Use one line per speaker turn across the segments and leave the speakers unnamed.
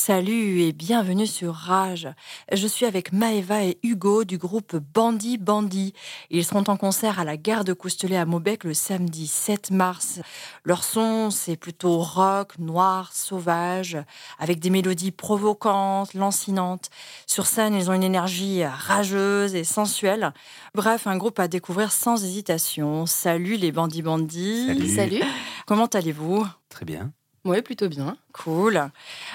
Salut et bienvenue sur Rage. Je suis avec Maeva et Hugo du groupe Bandit Bandit. Ils seront en concert à la gare de Coustelet à Maubec le samedi 7 mars. Leur son, c'est plutôt rock, noir, sauvage, avec des mélodies provocantes, lancinantes. Sur scène, ils ont une énergie rageuse et sensuelle. Bref, un groupe à découvrir sans hésitation. Salut les Bandits Bandits.
Salut.
Comment allez-vous
Très bien.
Oui, plutôt bien.
Cool.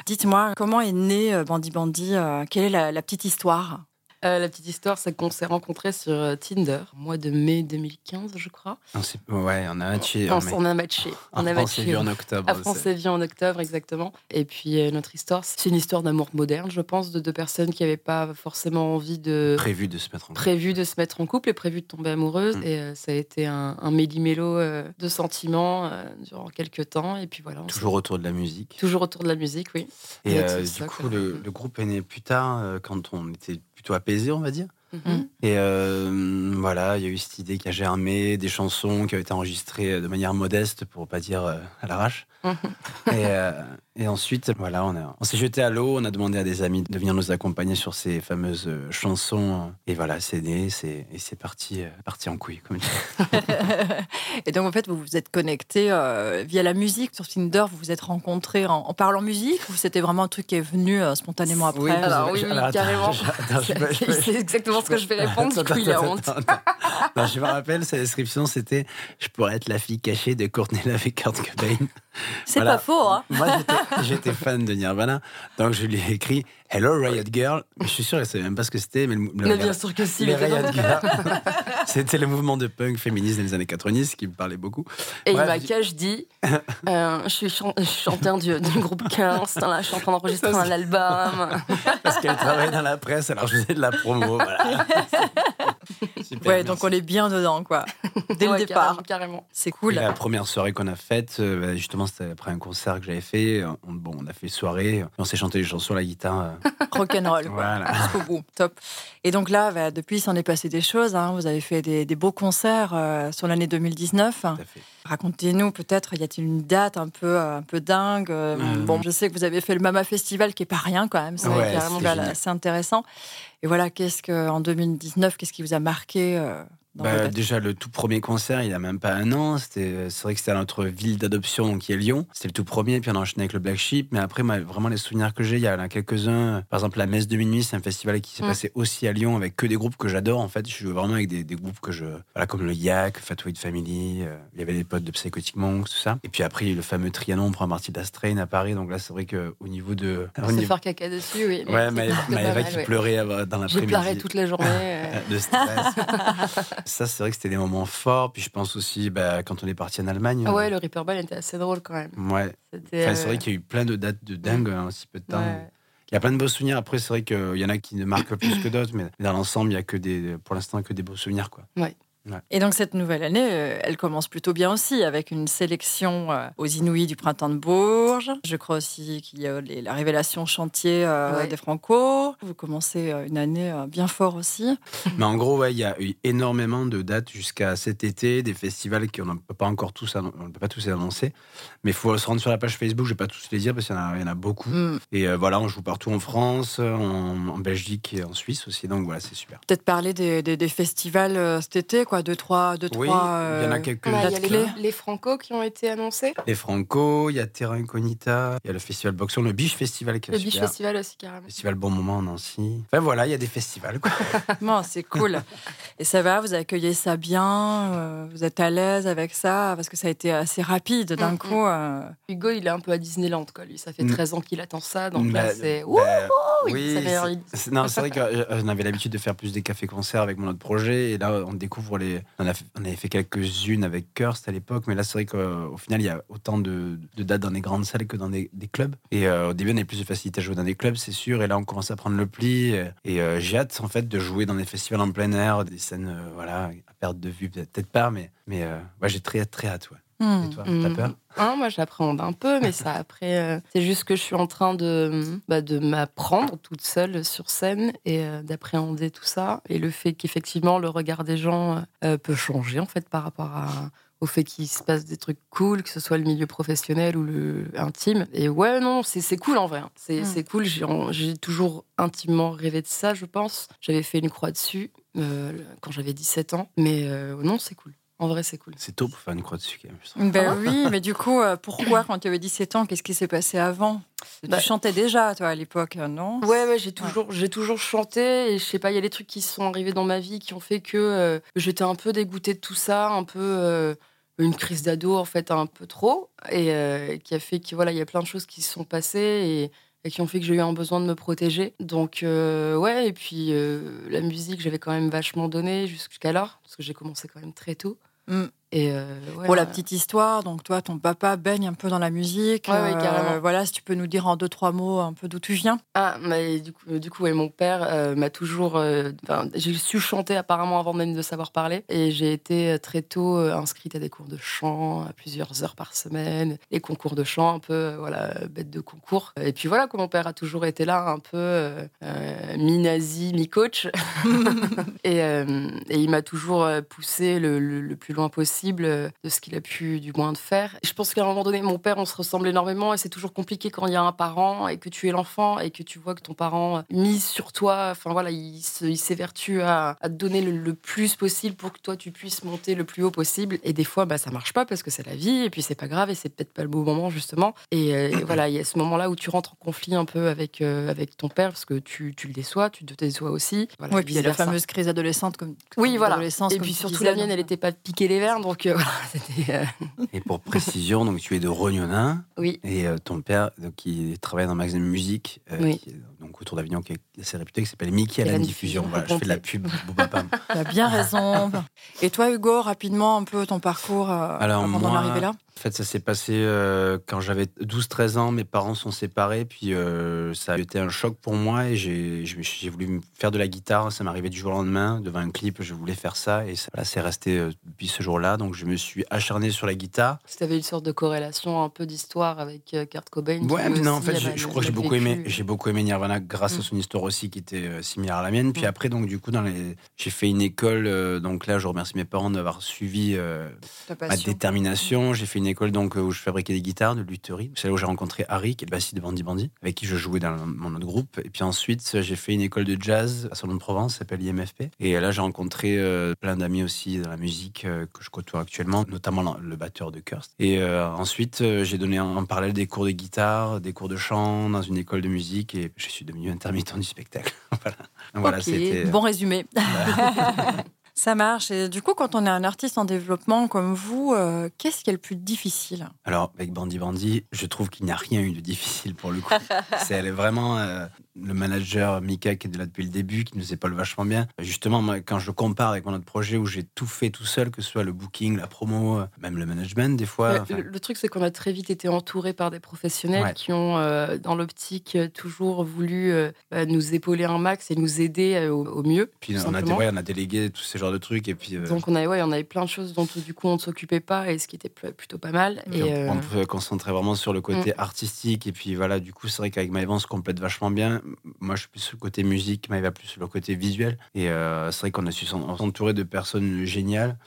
Dites-moi, comment est né euh, Bandit Bandit euh, Quelle est la, la petite histoire
Euh, la petite histoire, c'est qu'on s'est rencontrés sur euh, Tinder, au mois de mai 2015, je crois.
On s'est- ouais, on a matché.
on,
mais-
on a matché. On
Ah,
a
on s'est
matché.
vu en octobre.
à France et Vie en octobre, exactement. Et puis euh, notre histoire, c'est une histoire d'amour moderne, je pense, de deux personnes qui n'avaient pas forcément envie de
c'est prévu de se mettre en
prévu de se mettre en couple et prévu de tomber amoureuse.
Mm.
Et euh, ça a été un, un méli-mélo euh, de sentiments euh, durant quelques temps. Et puis voilà, on s'est-
Toujours autour de la musique.
toujours autour de la musique, oui.
Et
avec ce
euh, du
socle.
coup, le, le groupe est né plus tard, euh, quand on était plutôt apaisé, on va dire.
Mhm.
Et euh, voilà, il y a eu cette idée qui a germé, des chansons qui ont été enregistrées euh, de manière modeste, pour pas dire euh, à l'arrache.
Mhm.
et, euh, et ensuite, voilà, on, a- on s'est jeté à l'eau, on a demandé à des amis de venir nous accompagner sur ces fameuses euh, chansons. Et voilà, c'est né, c'est, et c'est parti, euh, parti en couille, comme tu dis.
Et donc, en fait, vous vous êtes connectés euh, via la musique sur Tinder, vous vous êtes rencontrés en, en parlant musique ou c'était vraiment un truc qui est venu euh, spontanément après
Oui,
Alors, oui,
je-
oui,
alors, attends,
carrément.
je- attends, Ah, je- je- je-
C'est exactement ce que je vais répondre, du
Attends,
coup, il a
attends,
honte.
attends, attends. Non, je me rappelle, sa description, c'était « Je pourrais être la fille cachée de Courtney Love et Kurt Cobain
C'est
Voilà.
pas faux, hein ».
Moi, j'étais- j'étais fan de Nirvana, donc je lui ai écrit « Hello, Riot Girl ». Je suis sûr qu'elle savait même pas ce que c'était, mais, le, le-
Mais bien sûr que si.
les
mais
Riot Girl, c'était le mouvement de punk féministe des années 90 qui me parlait beaucoup.
Et il
Bref,
m'a
j'ai-
cache dit euh, Je suis chan- je suis chanteur du, du groupe 15, putain, là, je suis en train d'enregistrer
Ça,
un album.
Parce qu'elle travaillait dans la presse, alors je faisais de la promo. Voilà. Super,
Ouais, donc
merci.
on est bien dedans, quoi. Dès
Ouais,
le départ.
carrément, Carrément.
C'est
Et
cool.
La première soirée qu'on a faite, euh, bah, justement, c'était après un concert que j'avais fait. On, bon, on a fait soirée, on s'est chanté des chansons à la guitare. euh,
Rock'n'roll, quoi.
voilà.
Jusqu'au bout, top. Et donc là, bah, depuis, il s'en est passé des choses. hein. Vous avez fait des, des beaux concerts euh, sur l'année 2019.
Tout à fait.
Racontez-nous peut-être, y a-t-il une date un peu, euh, un peu dingue euh,
Hum.
Bon, je sais que vous avez fait le Mama Festival, qui est pas rien quand même, c'est
Ouais,
carrément
c'était génial.
assez intéressant. Et voilà, qu'est-ce que en 2019, qu'est-ce qui vous a marqué euh, dans
Bah,
vos dates
déjà, le tout premier concert, il a même pas un an. C'était, euh, c'est vrai que c'était à notre ville d'adoption, donc qui est Lyon. C'était le tout premier, puis on a enchaîné avec le Black Sheep. Mais après, moi, vraiment, les souvenirs que j'ai, il y en a quelques-uns. Par exemple, la Messe de Minuit, c'est un festival qui s'est
Mm.
passé aussi à Lyon avec que des groupes que j'adore. En fait, je joue vraiment avec des, des groupes que je. Voilà, comme le Yak, Fat White Family. euh, il y avait les potes de Psychotic Monks, tout ça. Et puis après, le fameux Trianon prend partie de la Strain à Paris. Donc là, c'est vrai qu'au niveau de. au
On s'est
niveau-
faire caca dessus, oui. mais
Ouais,
c'est
Maëva,
plutôt pas
Maëva
mal,
qui
ouais.
pleurait euh, dans
J'ai
l'après-midi.
pleuré toute la journée. euh,
de stress. ça, c'est vrai que c'était des moments forts. Puis je pense aussi bah, quand on est parti en Allemagne.
Ah ouais,
euh,
le Reaperball était assez drôle quand même.
ouais.
C'était,
Enfin, c'est
euh,
vrai qu'il y a eu plein de dates de dingue en si peu de temps.
ouais.
Il y a plein de beaux souvenirs. Après, c'est vrai qu'il y en a qui ne marquent plus que d'autres, mais dans l'ensemble, il y a que des, pour l'instant, que des beaux souvenirs, quoi.
Et donc cette nouvelle année, euh, elle commence plutôt bien aussi, avec une sélection euh, aux Inouïs du printemps de Bourges. Je crois aussi qu'il y a les- la révélation chantier euh,
Ouais.
des Franco. Vous commencez euh, une année euh, bien fort aussi.
Mais en gros, ouais, il y a eu énormément de dates jusqu'à cet été, des festivals qu'on ne peut pas encore tous, annon- on ne peut pas tous les annoncer. Mais il faut se rendre sur la page Facebook. Je vais pas tous les dire parce qu'il y, en a- il y en a beaucoup.
Hum,
Et euh, voilà, on joue partout en France, en, en Belgique et en Suisse aussi. Donc voilà, c'est super.
Peut-être parler des, des- des festivals euh, cet été, quoi. Deux, trois, deux,
Oui, il y
trois.
en a
euh,
quelques.
Ouais,
Date
Ah, il y a
clé.
les, les Franco qui ont été annoncés.
Les Franco, il y a Terra Incognita, il y a le Festival Boxon, le Biche Festival qui est
Le Biche
super.
Festival aussi, carrément.
Festival Bon Moment à Nancy. Enfin voilà, il y a des festivals. Quoi.
Bon, c'est cool. Et ça va, vous accueillez ça bien, euh, vous êtes à l'aise avec ça, parce que ça a été assez rapide d'un
Mm,
coup. euh.
Hugo, il est un peu à Disneyland, quoi. Lui, ça fait
Mm.
13 ans qu'il attend ça. Donc
Bah,
là, c'est.
bah,
Ouh
oui,
ça fait
c'est-
envie.
c'est- non, c'est vrai qu'on avait l'habitude de faire plus des cafés-concerts avec mon autre projet. Et là, on découvre les. On, a fait- on avait fait quelques-unes avec Kirst à l'époque. Mais là, c'est vrai qu'au final, il y a autant de, de dates dans des grandes salles que dans des, des clubs. Et euh, au début, on avait plus de facilité à jouer dans des clubs, c'est sûr. Et là, on commence à prendre le pli. Et euh, j'ai hâte, en fait, de jouer dans des festivals en plein air, des scènes, euh, voilà, à perte de vue, peut-être peut-être pas, mais, mais euh, ouais, j'ai très, très hâte. Ouais.
Hmm.
Et toi,
Mm.
t'as peur
Hein, moi, j'appréhende un peu, mais ça, après, euh, c'est juste que je suis en train de, bah, de m'apprendre toute seule sur scène et euh, d'appréhender euh, tout ça. Et le fait qu'effectivement, le regard des gens euh, peut changer, en fait, par rapport à- au au fait qu'il se passe des trucs cool, que ce soit le milieu professionnel ou le intime. Et ouais, non, c'est c'est cool en vrai. hein. C'est
Mm.
c'est cool. J'ai en- J'ai toujours intimement rêvé de ça, je pense. J'avais fait une croix dessus euh, quand j'avais 17 ans. Mais euh, non, c'est cool. En vrai, c'est cool.
C'est tôt pour faire une croix dessus, quand même. je trouve.
Ah
Ben oui, mais du coup, euh, pourquoi quand tu avais 17 ans, qu'est-ce qui s'est passé avant
Bah-
Tu chantais déjà, toi, à l'époque, euh, non
Ouais, ouais, j'ai toujours, j'ai toujours chanté et je sais pas, il y a des trucs qui sont arrivés dans ma vie qui ont fait que euh, j'étais un peu dégoûtée de tout ça, un peu euh, une crise d'ado en fait, un peu trop, et euh, qui a fait que voilà, il y a plein de choses qui se sont passées et, et qui ont fait que j'ai eu un besoin de me protéger. Donc euh, ouais, et puis euh, la musique, j'avais quand même vachement donné jusqu'alors parce que j'ai commencé quand même très tôt.
Mm.
Et euh, ouais,
Pour la petite histoire, donc toi, ton papa baigne un peu dans la musique. euh,
Ouais, ouais, carrément.
voilà, si tu peux nous dire en deux, trois mots un peu d'où tu viens.
Ah, mais du coup, du coup ouais, mon père euh, m'a toujours. euh, enfin, j'ai su chanter apparemment avant même de savoir parler. Et j'ai été euh, très tôt euh, inscrite à des cours de chant, à plusieurs heures par semaine, les concours de chant, un peu, euh, voilà, euh, bête de concours. Et puis voilà, quoi, mon père a toujours été là, un peu euh, euh, mi-nazi, mi-coach. Et, euh, et il m'a toujours euh, poussé le, le- le plus loin possible euh, de ce qu'il a pu du moins de faire. Je pense qu'à un moment donné, mon père, on se ressemble énormément et c'est toujours compliqué quand il y a un parent et que tu es l'enfant et que tu vois que ton parent euh, mise sur toi. Enfin voilà, il se- il s'évertue à, à te donner le, le plus possible pour que toi tu puisses monter le plus haut possible. Et des fois, bah, ça marche pas parce que c'est la vie et puis c'est pas grave et c'est peut-être pas le bon moment justement. Et, euh, et voilà, il y a ce moment-là où tu rentres en conflit un peu avec, euh, avec ton père parce que tu, tu le déçois, tu te déçois aussi. Voilà,
oui, puis il y a la
vice-versa.
fameuse crise adolescente. Comme,
Oui, voilà.
adolescence,
Et
comme
puis
tu
surtout,
disais,
la mienne,
donc.
elle n'était pas piquée les verres, donc euh, voilà, c'était. euh,
Et pour précision, donc tu es de Rognonin.
Oui.
Et euh, ton père, donc, qui travaille dans un magasin de musique, euh,
Oui.
qui est, donc autour d'Avignon, qui est assez réputé, qui s'appelle Mickey à la
Hélène
diffusion.
Diffusion,
Voilà, je fais de la pub. Booba Pam.
T'as bien raison. Et toi, Hugo, rapidement, un peu ton parcours euh,
Alors,
avant d'en
moi,
arriver là
En fait, ça s'est passé euh, quand j'avais 12-13 ans. Mes parents sont séparés, puis euh, ça a été un choc pour moi et j'ai je me suis- j'ai voulu me faire de la guitare. Ça m'arrivait du jour au lendemain devant un clip. Je voulais faire ça et ça voilà, c'est resté euh, depuis ce jour-là. Donc je me suis acharné sur la guitare.
Si t'avais une sorte de corrélation, un peu d'histoire avec euh, Kurt Cobain. qui
Ouais,
lui
mais non, en
aussi
fait,
avait-
je, je crois que j'ai
avait
beaucoup aimé,
vécu.
j'ai beaucoup aimé Nirvana grâce
Mm.
à son histoire aussi qui était euh, similaire à la mienne. Puis
Mm.
après, donc du coup, dans les, j'ai fait une école. euh, donc là, je remercie mes parents d'avoir suivi euh,
Ta
ma
passion.
détermination. J'ai fait une école donc euh, où je fabriquais des guitares, de lutherie. C'est là où j'ai rencontré Harry, qui est le bassiste de Bandy Bandy, avec qui je jouais dans mon autre groupe. Et puis ensuite, j'ai fait une école de jazz à Salon de Provence, ça s'appelle IMFP. Et là, j'ai rencontré euh, plein d'amis aussi dans la musique euh, que je côtoie actuellement, notamment le batteur de Kirst. Et euh, ensuite, euh, j'ai donné en, en parallèle des cours de guitare, des cours de chant dans une école de musique, et je suis devenu intermittent du spectacle. voilà, voilà
Ok,
c'était. euh,
Bon résumé. Ça marche. Et du coup, quand on est un artiste en développement comme vous, euh, qu'est-ce qui est le plus difficile
Alors, avec Bandy Bandy, je trouve qu'il n'y a rien eu de difficile pour le coup. C'est elle est vraiment euh, le manager Mika qui est de là depuis le début, qui nous épaule vachement bien. Justement, moi, quand je le compare avec mon autre projet où j'ai tout fait tout seul, que ce soit le booking, la promo, euh, même le management des fois.
Ouais,
enfin,
le, le truc, c'est qu'on a très vite été entouré par des professionnels
Ouais.
qui ont, euh, dans l'optique, euh, toujours voulu euh, bah, nous épauler un max et nous aider euh, au, au mieux.
puis
tout
on a, dé-
simplement.
ouais, on a délégué tous ces genres de trucs et puis euh,
Donc on avait, ouais, on avait plein de choses dont du coup on ne s'occupait pas et ce qui était pl- plutôt pas mal.
Mm.
Et,
on,
euh, Mm.
on peut se concentrer vraiment sur le côté artistique et puis voilà, du coup c'est vrai qu'avec Maëva on se complète vachement bien. Moi je suis plus sur le côté musique, Maëva plus sur le côté visuel et euh, c'est vrai qu'on a su s'en- s'entourer de personnes géniales.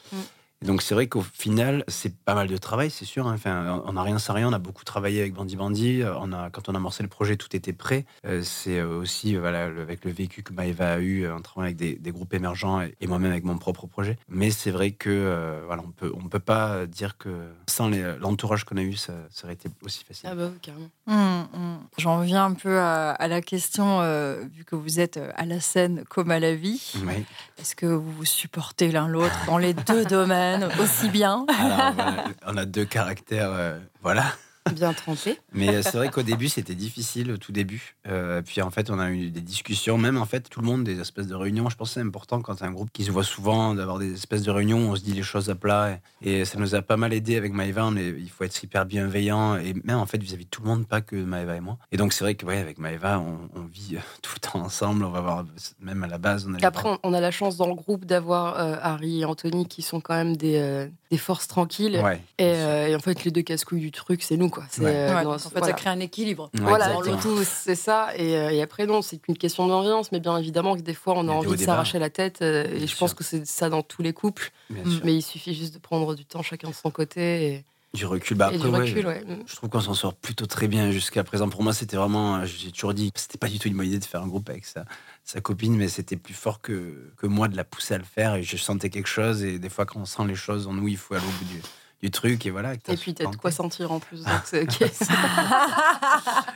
Et Donc c'est vrai qu'au final, c'est pas mal de travail, c'est sûr. hein. Enfin, on n'a rien sans rien, on a beaucoup travaillé avec Bandy Bandy. Euh, On a, quand on a amorcé le projet, tout était prêt. Euh, c'est euh, aussi euh, voilà, le- avec le vécu que Maëva a eu euh, en travaillant avec des, des groupes émergents et, et moi-même avec mon propre projet. Mais c'est vrai que euh, voilà, on peut, on peut pas dire que sans les- l'entourage qu'on a eu, ça, ça aurait été aussi facile.
Ah bah, oui, carrément.
Hmm, hmm. J'en viens un peu à, à la question, euh, vu que vous êtes euh, à la scène comme à la vie,
Oui.
est-ce que vous vous supportez l'un l'autre dans les deux domaines aussi bien
Alors, voilà, on a deux caractères, euh, voilà.
Bien trempé.
Mais euh, c'est vrai qu'au début, c'était difficile, au tout début. Euh, puis en fait, on a eu des discussions, même en fait, tout le monde, des espèces de réunions. Je pense que c'est important quand c'est un groupe qui se voit souvent, d'avoir des espèces de réunions où on se dit les choses à plat. Et, et ça nous a pas mal aidé avec Maëva. on est- il faut être hyper bienveillant et même en fait vis-à-vis de tout le monde, pas que Maëva et moi. Et donc, c'est vrai que ouais, avec Maëva, on, on vit euh, tout le temps ensemble. On va voir, même à la base, on a les
Après, on- on a la chance dans le groupe d'avoir euh, Harry et Anthony qui sont quand même des, euh, des forces tranquilles.
Ouais.
Et, euh, et en fait, les deux casse-couilles du truc, c'est nous, quoi. C'est,
Ouais.
euh,
Ouais,
dans-
donc en fait, ça
voilà.
crée un équilibre.
Ouais,
Voilà,
dans
le
exactement.
tout, c'est ça. Et, euh, et après, non, c'est qu'une question d'ambiance, mais bien évidemment que des fois, on
Il y a des
a
hauts
envie de
débats.
s'arracher la tête. euh, et
Bien
je
sûr.
pense que c'est ça dans tous les couples.
Bien
Mm.
sûr.
Mais il suffit juste de prendre du temps chacun de son côté et,
Du recul. Bah,
et du
après, ouais,
recul. Ouais. Mm.
Je trouve qu'on s'en sort plutôt très bien jusqu'à présent. Pour moi, c'était vraiment, euh, j'ai toujours dit, c'était pas du tout une bonne idée de faire un groupe avec sa, sa copine, mais c'était plus fort que, que moi de la pousser à le faire. Et je sentais quelque chose. Et des fois, quand on sent les choses en nous, il faut aller au bout du, du truc. Et voilà.
Et puis, t'as de quoi sentir en plus. donc c'est ok.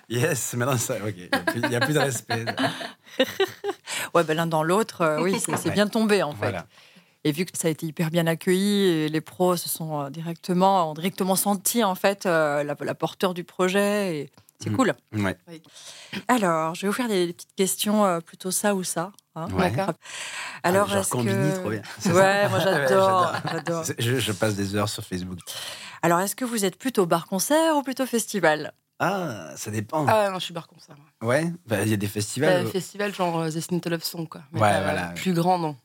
Yes, maintenant ça, ok. Il n'y a, plus de respect.
Ouais, ben, l'un dans l'autre, euh, oui, c'est c'est
Ouais.
bien tombé en fait.
voilà.
Et vu que ça a été hyper bien accueilli, et les pros se sont euh, directement, ont directement senti en fait euh, la, la porteur du projet. et C'est
Mhm.
cool.
Ouais.
Alors, je vais vous faire des, des petites questions euh, plutôt ça ou ça. hein.
Ouais.
D'accord.
Alors,
Ah, genre
est-ce
combini,
que...
trop bien. C'est ça
Ouais, moi j'adore,
Ouais,
j'adore.
C'est- Je, je passe des heures sur Facebook.
Alors, est-ce que vous êtes plutôt bar-concert ou plutôt festival
Ah, ça dépend.
Ah non, je suis bar comme ça. moi.
Ouais, Bah, il y a des
Euh,
festivals.
festival genre euh, The Sniffle of Song, quoi. Mais
Ouais,
pas,
voilà.
Plus grand, non.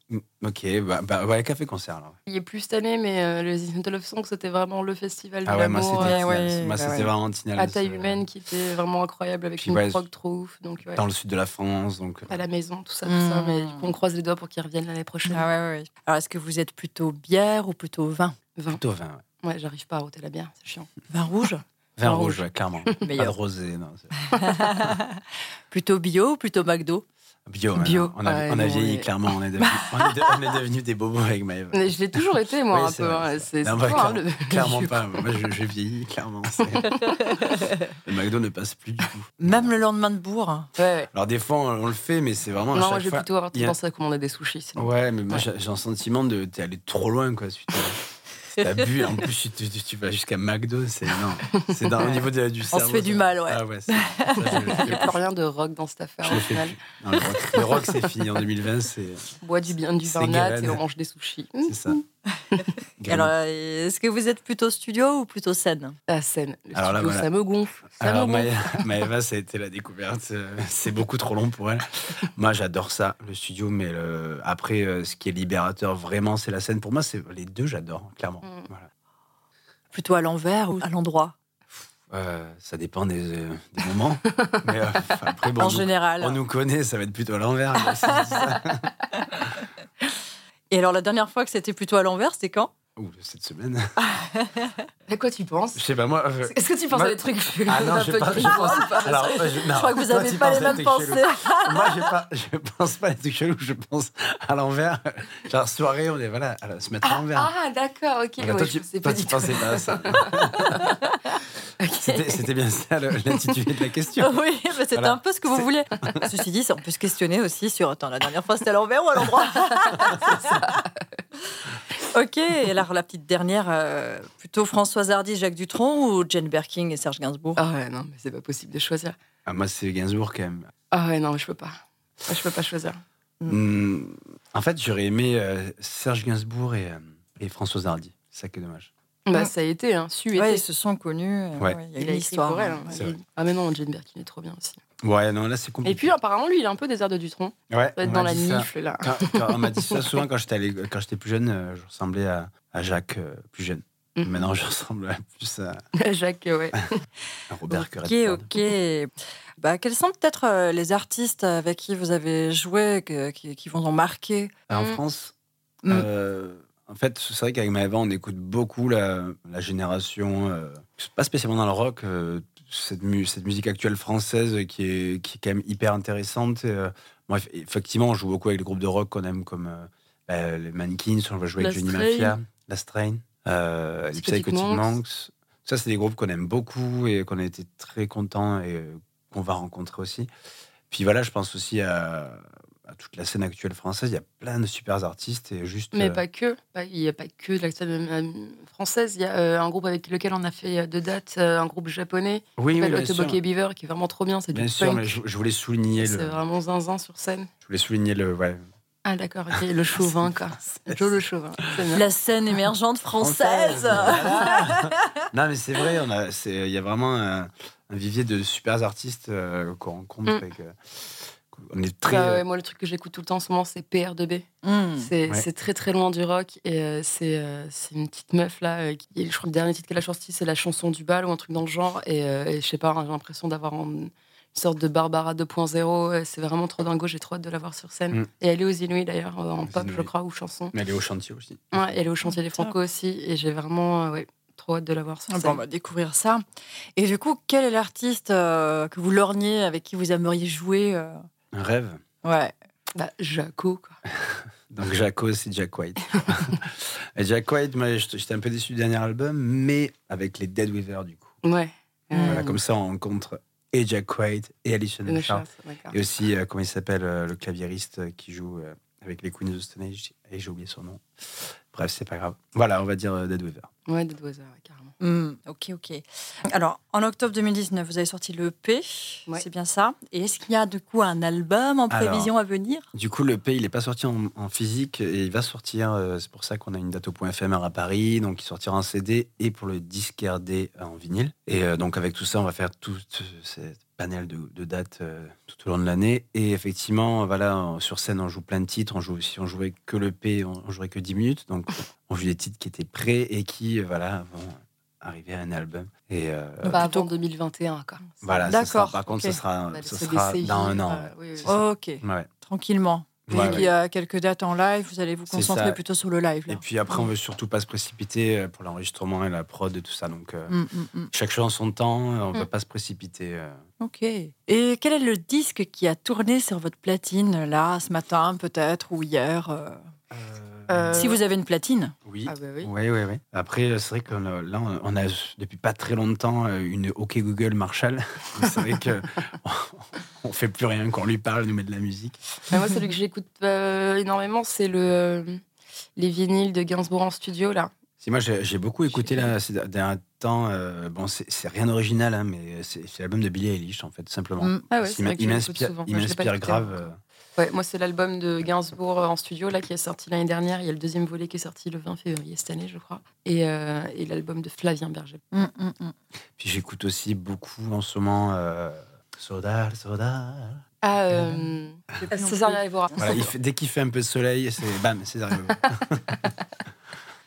Ok, bah, bah ouais, café-concert alors.
Il y est plus cette année, mais euh, le The Sniffle of Song, c'était vraiment le festival de
Ah ouais, moi
l'amour
c'était
ouais,
euh,
ouais,
Tinal. Moi,
bah
c'était
ouais.
vraiment Tinal.
à taille
c'est-
humaine qui était vraiment incroyable avec
Puis,
une
ouais,
prog trop ouf. Donc, ouais.
Dans le sud de la France, donc. euh,
à la maison, tout ça, tout ça.
Mm.
Mais du coup, on croise les doigts pour qu'ils reviennent l'année prochaine.
Ah ouais, ouais, ouais. Alors, est-ce que vous êtes plutôt bière ou plutôt vin
Vin.
Plutôt vin, ouais.
Ouais, j'arrive pas à ôter la bière, c'est chiant.
Vin rouge
Vin
Vin
rouge,
rouge.
ouais, clairement. Pas de
Meilleur.
rosé, non. c'est-
Plutôt bio ou plutôt McDo
Bio, ouais,
Bio,
non. On a,
ouais,
on a
non,
vieilli,
mais-
clairement. On est devenus devenu des bobos avec Maëva.
Mais je l'ai toujours été, moi,
Bah, Oui,
un
c'est
peu.
vrai,
hein. C'est
Non,
c'est
bah,
toi, hein,
clair-
le-
Clairement
le-
pas. Moi, je, je vieillis, clairement. c'est- le McDo ne passe plus du tout.
Même le lendemain de bourre hein.
Ouais, ouais.
Alors, des fois, on, on le fait, mais c'est vraiment. à
Non,
chaque
moi, je vais
fois-
plutôt avoir
il y a-
tendance à commander des sushis. sinon.
Ouais, mais moi,
Ouais.
j'ai j'ai un sentiment de. T'es allé trop loin, quoi. si t'as- T'as bu, en plus tu, tu- tu vas jusqu'à McDo, c'est non. C'est dans- au niveau de- du
On
cerveau.
se fait du
ça.
mal, ouais.
Ah ouais, c'est- ça, je-
Il n'y a plus rien de rock dans cette affaire,
Je
au
le fais
final.
plus. Non, le rock, le rock, c'est fini en 2020, c'est
Bois du bien du
C'est
vin nat
Guérin.
et on mange des sushis.
c'est ça.
Alors, euh, est-ce que vous êtes plutôt studio ou plutôt scène
La scène, le
Alors là,
studio,
voilà.
ça me gonfle. Ça
Alors,
me gonfle.
Maë- Maëva, ça a été la découverte. euh, C'est beaucoup trop long pour elle. Moi, j'adore ça, le studio, mais le- après, euh, ce qui est libérateur, vraiment, c'est la scène. Pour moi, c'est les deux, j'adore, clairement.
Mm.
Voilà.
Plutôt à l'envers ou à l'endroit
Euh, ça dépend des, euh, des moments. mais, euh, après, bon,
En
on, nous,
général.
on nous connaît, ça va être plutôt à l'envers. mais c'est ça.
Et alors, la dernière fois que c'était plutôt à l'envers, c'était quand
Ouh, cette semaine.
À quoi tu penses
Je sais pas, moi. euh,
Est-ce que tu penses
Moi-
à des trucs
Ah non,
un
je
peu
pense-
qui-
je pense- alors, euh, je-
Je
non,
crois que vous
toi,
n'avez
tu
pas
penses
les
à
mêmes
tes chelous.
pensées.
Moi, j'ai pas, je pense pas à des trucs chelous, je pense à l'envers. Genre, soirée, on est voilà, à se mettre à
Ah,
l'envers.
ah, d'accord, ok.
Voilà,
ouais,
toi,
je
tu,
sais
toi,
pas
tu
du tout.
pensais pas à ça.
Ok.
C'était c'était bien ça le- l'intitulé de la
Oh.
question.
Oui, mais c'était
Voilà.
un peu ce que vous
C'est-
vouliez. Ceci dit, ça, on peut se questionner aussi sur attends, la dernière fois c'était à l'envers ou à l'endroit Ok, et alors la petite dernière, euh, plutôt Françoise Hardy, Jacques Dutronc ou Jane Birkin et Serge Gainsbourg
Ah ouais, non, mais c'est pas possible de choisir.
Ah, moi, c'est Gainsbourg quand même.
Ah ouais, non, mais je peux pas. Moi, Je peux pas choisir. Mm.
Hmm, en fait, j'aurais aimé euh, Serge Gainsbourg et, euh, et Françoise Hardy. C'est ça qui est dommage.
Bah,
Mm.
ça a été, hein. Su
Ouais,
était.
ils se sont connus. euh,
Ouais.
ouais, Il y a
Il
une
a écrit
histoire.
pour elle. hein.
C'est vrai.
Ah, mais non, Jane Birkin est trop bien aussi.
Ouais, non, là, c'est compliqué.
Et puis, apparemment, lui, il a un peu des airs de Dutron.
ouais,
Doit
on
être
m'a
dans la
dit ça.
nifle, là.
Quand- quand on m'a dit ça souvent quand j'étais allé- quand j'étais plus jeune, euh, je ressemblais à, à Jacques euh, plus jeune.
Mhm.
Maintenant, je ressemble à- plus à,
Jacques, ouais.
Ah, à Robert que
Ok,
Redford.
ok. Bah, quels sont peut-être euh, les artistes avec qui vous avez joué, que- qui, qui vous ont marqué
En
Mm.
France,
Mm.
euh, en fait, c'est vrai qu'avec Maëva, on écoute beaucoup la, la génération, euh, pas spécialement dans le rock, euh, cette, mu- cette musique actuelle française qui est, qui est quand même hyper intéressante. Et, euh, moi, eff- effectivement, on joue beaucoup avec les groupes de rock qu'on aime comme euh, bah, les Mannequins, on va jouer avec
La
Johnny
Strain.
Mafia, La Strain, euh, les
Psychotic
Psychotic
Monks.
Monks. Ça, c'est des groupes qu'on aime beaucoup et qu'on a été très contents et euh, qu'on va rencontrer aussi. Puis voilà, je pense aussi à, à toute la scène actuelle française. Il y a plein de super artistes et juste.
Mais
euh,
pas que. Pas- Il n'y a pas que de la scène euh, française. Il y a euh, un groupe avec lequel on a fait euh, deux dates, euh, un groupe japonais,
oui,
qui
oui,
s'appelle
bien sûr.
Otoboke Beaver, qui est vraiment trop bien. C'est du
Bien sûr,
punk.
mais je, je voulais souligner
C'est
le.
vraiment zinzin sur scène.
Je voulais souligner le. Ouais.
Ah, d'accord, ok. Le chauvin, quoi. Joe le chauvin. C'est bien.
La scène émergente française,
Voilà. non, mais c'est vrai. On a. c'est- Il y a vraiment un, un vivier de super artistes euh, qu'on rencontre
Mm.
et que- qu'on on est très. euh,
Bah ouais, moi, le truc que j'écoute tout le temps en ce moment, c'est PR2B.
Hmm.
C'est
Ouais.
c'est très très loin du rock et euh, c'est euh, c'est une petite meuf là. euh, qui- je crois que le dernier titre qu'elle a sorti, c'est la chanson du bal ou un truc dans le genre. Et, euh, et je sais pas, j'ai l'impression d'avoir en- une sorte de Barbara 2.0. euh, C'est vraiment trop dingo, j'ai trop hâte de la voir sur scène.
Mm.
Et elle est aux Inuits d'ailleurs, euh, en
Aux
pop, je
Inuits.
crois, ou chanson.
Mais elle est euh, au chantier aussi.
Ouais, elle est au chantier des Franco aussi. Et j'ai vraiment euh, ouais, trop hâte de la voir sur
Ah
scène.
bon, on va découvrir ça. Et du coup, quel est l'artiste euh, que vous lorgnez, avec qui vous aimeriez jouer euh,
Un rêve.
Ouais.
Bah, Jaco, quoi.
Donc Jaco, c'est Jack White. Et Jack White, moi, j'étais j'étais un peu déçu du dernier album, mais avec les Dead Weaver du coup.
Ouais.
Mm.
Euh,
Voilà, comme ça, on rencontre et Jack White et Alicia
le
Nashar.
chat, d'accord.
Et aussi, euh, comment il s'appelle, euh, le claviériste euh, qui joue euh, avec les Queens of the Stone Age. Et j'ai oublié son nom. Bref, c'est pas grave. Voilà, on va dire euh, Dead Weaver.
Ouais, Dead Weather, ouais, carrément.
Hmm, ok, ok. Alors, en octobre 2019, vous avez sorti le P,
Ouais.
c'est bien ça. Et est-ce qu'il y a du coup un album en
Alors.
prévision à venir
Du coup, le P, il n'est pas sorti en, en physique et il va sortir. euh, c'est pour ça qu'on a une date au point FMR à Paris. Donc, il sortira en CD et pour le disque RD en vinyle. Et euh, donc, avec tout ça, on va faire tout euh, cette panel de, de dates euh, tout au long de l'année. Et effectivement, voilà, on- sur scène, on joue plein de titres. On joue, si on jouait que le P, on, on jouerait que 10 minutes. Donc, on joue des titres qui étaient prêts et qui, euh, voilà, vont arriver à un album. Et euh,
Pas
plutôt-
avant 2021, quoi.
voilà, ça sera-
D'accord,
par contre,
ok.
ça sera,
On va
ça
laisser
sera
Bah, des
dans un
séries,
an.
euh,
ouais.
oui, oui.
C'est ça.
Ok,
ouais.
tranquillement. Vu
Ouais,
qu'il
ouais.
y a quelques dates en live, vous allez vous
C'est
concentrer
ça.
plutôt sur le live. Là.
Et puis après, on veut surtout pas se précipiter euh, pour l'enregistrement et la prod et tout ça. Donc, euh,
Hmm, hmm, hmm.
chaque chose en son temps, euh, on ne
Mm.
peut pas se précipiter. euh.
Ok. Et quel est le disque qui a tourné sur votre platine, là, ce matin peut-être, ou hier euh,
Euh,
Si vous avez une platine
Oui.
Ah bah oui.
Oui, oui, oui. Après, euh, c'est vrai que là, on on a depuis pas très longtemps euh, une OK Google Marshall. Donc, c'est vrai que on fait plus rien, qu'on lui parle, on nous met de la musique.
Ah, moi, celui que j'écoute euh, énormément, c'est le, euh, les vinyles de Gainsbourg en studio, là.
Si moi, j'ai j'ai beaucoup écouté là ces derniers temps. euh, bon, c'est c'est rien d'original, hein, mais c'est c'est l'album de Billie Eilish, en fait, simplement.
Mm.
Ah ouais,
Il
c'est
m'a-
vrai que
il
je l'écoute
m'inspire
souvent.
il
Moi, je l'ai pas
m'inspire
écouté hein.
grave.
encore.
euh,
Ouais, moi, c'est l'album de Gainsbourg euh, en studio, là, qui est sorti l'année dernière. Il y a le deuxième volet qui est sorti le 20 février cette année, je crois. Et, euh, et l'album de Flavien Berger.
Hmm, hmm, hmm.
Puis j'écoute aussi beaucoup en ce moment euh, Sodal, Sodal.
Ah, euh, César Yavora.
Voilà, il fait- dès qu'il fait un peu de soleil, c'est bam, c'est arrivé.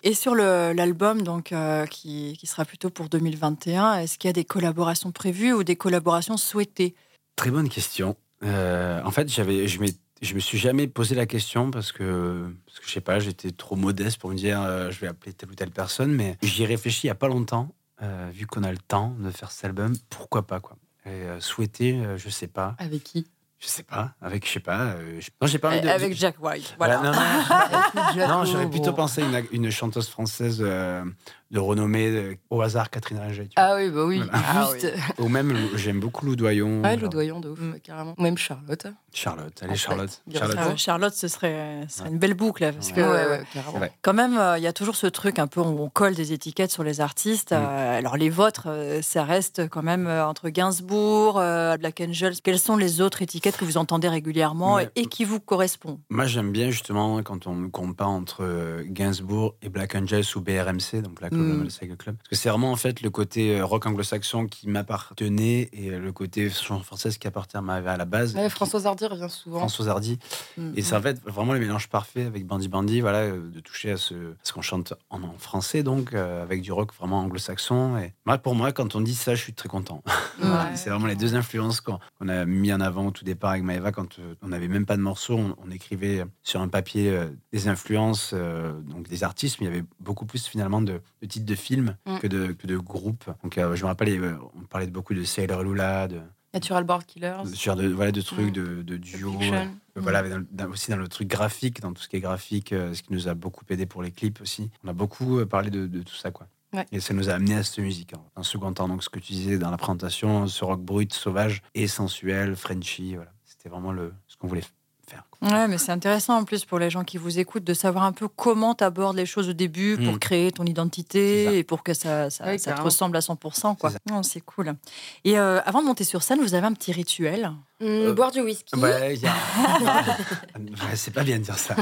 Et sur le- l'album, donc euh, qui, qui sera plutôt pour 2021, est-ce qu'il y a des collaborations prévues ou des collaborations souhaitées
Très bonne question. Euh, en fait, j'avais, je, m'ai- je me suis jamais posé la question parce que, parce que je sais pas, j'étais trop modeste pour me dire euh, je vais appeler telle ou telle personne, mais j'y ai réfléchi il y a pas longtemps, euh, vu qu'on a le temps de faire cet album, pourquoi pas quoi. Et, euh, souhaiter, euh, je sais pas,
Avec qui
je sais pas, avec je sais pas, euh, je- non j'ai pas envie de-
Avec
de-
Jack White, voilà.
Voilà, non, non,
Ah, bah
Non, j'aurais
Jaco,
plutôt
gros.
pensé à une, une chanteuse française euh, de renommée euh, au hasard, Catherine Ringer. tu vois.
Ah oui, bah oui,
Voilà.
Ah oui.
juste.
Ou même, Lou- j'aime beaucoup Lou Doyon.
Ouais, le
genre
doyon de ouf,
Mm.
carrément. Ou Même Charlotte. hein,
Charlotte,
En
allez, Charlotte.
fait,
Charlotte.
Ah ouais, Charlotte, ce serait, ce serait une belle boucle, là, parce que
Ouais, ouais, carrément.
Ouais.
quand même, euh, il y a toujours ce truc un peu où on colle des étiquettes sur les artistes.
Mm.
Euh, alors les vôtres, euh, ça reste quand même euh, entre Gainsbourg, euh, Black Angels. Quelles sont les autres étiquettes que vous entendez régulièrement
Ouais.
et, et qui vous correspondent
Moi, j'aime bien justement quand on me compare entre euh, Gainsbourg et Black Angels ou BRMC, donc Black
Mm.
Label Motorcycle Club. Parce que c'est vraiment en fait le côté euh, rock anglo-saxon qui m'appartenait et euh, le côté chanson française qui appartient à ma- à la base.
Ouais,
qui-
Françoise Hardy revient souvent.
Françoise Hardy. Et
Mm.
c'est en fait vraiment le mélange parfait avec Bandy Bandy, voilà, euh, de toucher à ce, à ce qu'on chante en, en français, donc, euh, avec du rock vraiment anglo-saxon. Et moi, pour moi, quand on dit ça, je suis très content.
Ah, Ouais.
c'est vraiment les deux influences qu'on qu'on a mis en avant au tout départ avec Maeva. Quand euh, on n'avait même pas de morceaux, on, on écrivait sur un papier euh, des influences, euh, donc des artistes, mais il y avait beaucoup plus finalement de, de titres de films
Mm.
que, de, que de groupes. Donc, euh, je me rappelle, il y avait- on parlait de beaucoup de Sailor Lula, de,
Natural Born Killers.
de, genre de- voilà, de trucs,
Mm.
de, de
The
duos.
Fiction.
euh, voilà, mais dans le- dans- aussi dans le truc graphique, dans tout ce qui est graphique, euh, ce qui nous a beaucoup aidé pour les clips aussi. On a beaucoup euh, parlé de, de tout ça, quoi.
Ouais.
Et ça nous a amené à cette musique. hein. En second temps, donc ce que tu disais dans la présentation, ce rock brut, sauvage et sensuel, Frenchy, voilà. C'était vraiment le, ce qu'on voulait f- faire. quoi.
Ouais, mais c'est intéressant en plus pour les gens qui vous écoutent de savoir un peu comment tu abordes les choses au début pour
Mm.
créer ton
C'est ça.
identité et pour que ça, ça,
Ouais,
ça te
carrément.
ressemble à 100%. quoi. Oh,
C'est
Non, C'est cool. Et euh, avant de monter sur scène, vous avez un petit rituel
Mm, boire du whisky.
Ouais, Ah bah, il y a- Ouais, c'est pas bien de dire ça.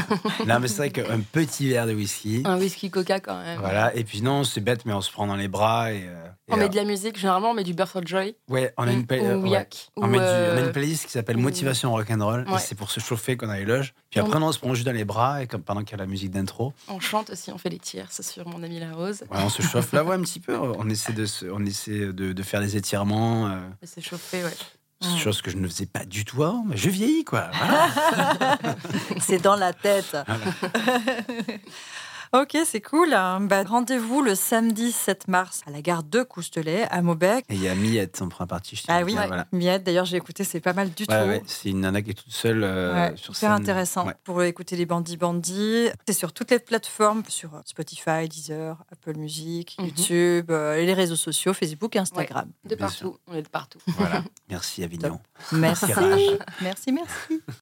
Non, mais c'est vrai qu'un petit verre de whisky.
Un whisky coca quand même.
Voilà, et puis non, c'est bête, mais on se prend dans les bras et. euh, et,
On met
euh,
de la musique, généralement on met du Birth of Joy
Ouais, on a une, pla- euh,
ou
ouais.
Yak.
On,
ou,
met du- on a
euh,
une playlist qui s'appelle
ou-
Motivation Rock'n'Roll, et
Ouais.
c'est pour se chauffer qu'on a les loges. Puis après,
On-
non, on se prend juste dans les bras, et comme pendant qu'il y a la musique d'intro,
On chante aussi, on fait les tirs, c'est sûr, mon ami La Rose.
ouais, on se chauffe la voix un petit peu. On essaie de, se- on essaie de, de faire des étirements, euh,
Et C'est chauffé, ouais.
Mm.
chose que je ne faisais pas du tout avant, mais je vieillis quoi. Voilà.
C'est dans la tête. ok, c'est cool. Bah, Rendez-vous le samedi 7 mars à la gare de Coustelet, à Maubec.
Et il y a Miette en première partie. Je tiens à
Ah oui,
dire, voilà.
Miette, d'ailleurs, j'ai écouté, c'est pas mal du
Ouais,
tout.
ouais, c'est une nana qui est toute seule euh,
Ouais,
sur
super
scène.
intéressant
Ouais.
pour écouter les bandits bandits. C'est sur toutes les plateformes, sur Spotify, Deezer, Apple Music,
Mhm.
YouTube, euh, et les réseaux sociaux, Facebook, et Instagram.
De
Bien
partout, on est de partout.
Voilà. Merci Avignon.
Merci.
Merci, Raj.
merci, merci.